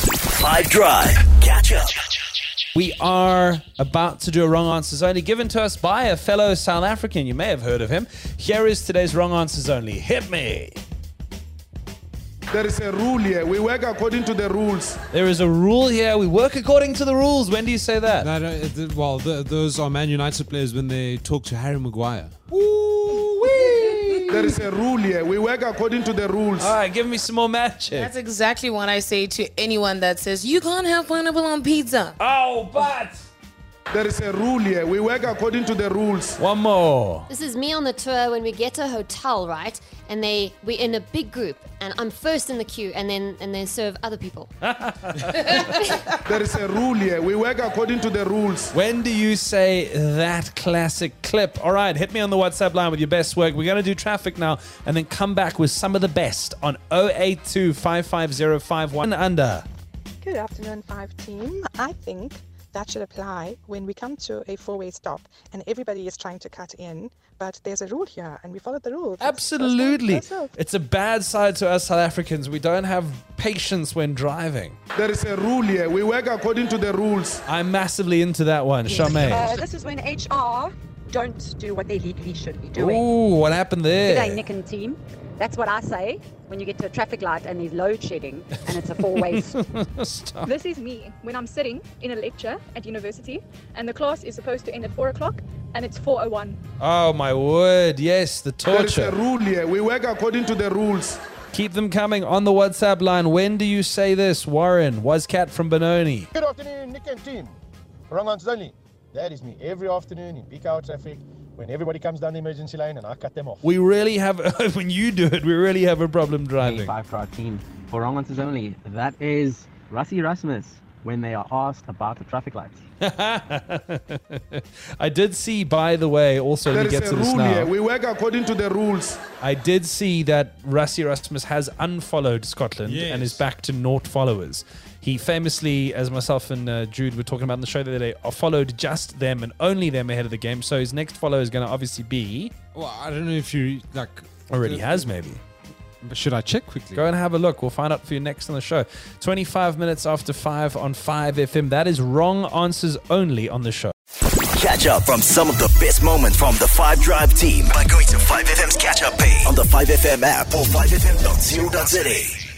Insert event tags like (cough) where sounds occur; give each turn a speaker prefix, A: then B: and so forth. A: Five Drive. Catch up.
B: We are about to do a wrong answers only given to us by a fellow South African. You may have heard of him. Here is today's wrong answers only. Hit me.
C: There is a rule here. We work according to the rules.
B: There is a rule here. We work according to the rules. When do you say that?
D: No, no, it- it- well, th those are Man United players when they talk to Harry Maguire.
C: There is a rule here. We work according to the rules.
B: All right, give me some more magic.
E: That's exactly what I say to anyone that says, you can't have pineapple on pizza.
B: Oh, but
C: There is a rule here. We work according to the rules.
B: one more.
F: This is me on the tour when we get to a hotel, right? And they we're in a big group, and I'm first in the queue, and then and they serve other people.
C: There is a rule here. We work according to the rules.
B: When do you say that classic clip? All right, hit me on the WhatsApp line with your best work. We're going to do traffic now and then come back with some of the best on 082 55051 under.
G: Good afternoon, Five Team. I think that should apply when we come to a four way stop and everybody is trying to cut in, but there's a rule here and we follow the rules. That's- that's all-
B: Absolutely.
G: that's all.
B: It's a bad side to us South Africans. We don't have patience when driving.
C: There is a rule here. We work according to the rules.
B: I'm massively into that one, Charmaine.
H: Uh, this is when HR don't do what they legally should be doing.
B: Ooh, what happened
H: Good
B: there?
H: day, Nick and team. That's what I say when you get to a traffic light and there's load shedding and it's a four-way stop.
I: This is me when I'm sitting in a lecture at university and the class is supposed to end at 4 o'clock and it's 4.01.
B: Oh my word! Yes, the
C: There is a
B: torture.
C: rule here. We work according to the rules.
B: Keep them coming on the WhatsApp line. When do you say this, Warren? Was cat from Benoni?
J: Good afternoon, Nick and team. Wrong answer only. That is me every afternoon in peak hour traffic when everybody comes down the emergency lane and I cut them off.
B: We really have. (laughs) when you do it, we really have a problem driving.
K: Five for our team. For wrong answers only, that is Russi Rasmus when they are asked about the traffic lights.
B: (laughs) I did see, by the way, also
C: There
B: let me
C: is
B: get
C: a
B: to this
C: rule
B: now.
C: here. We work according to the rules.
B: I did see that Rassi Rasmus has unfollowed Scotland and is
D: Yes.
B: back to naught followers. He famously, as myself and uh, Jude were talking about in the show the other day, uh, followed just them and only them ahead of the game. So his next follow is going to obviously be
D: Well, I don't know if you like uh,
B: already has maybe.
D: Should I check quickly?
B: Go and have a look. We'll find out for you next on the show. 25 minutes after 5 on 5 FM. That is wrong answers only on the show.
A: Catch up from some of the best moments from the Five Drive team by going to 5FM's catch up page on the 5FM app or 5FM.co.za.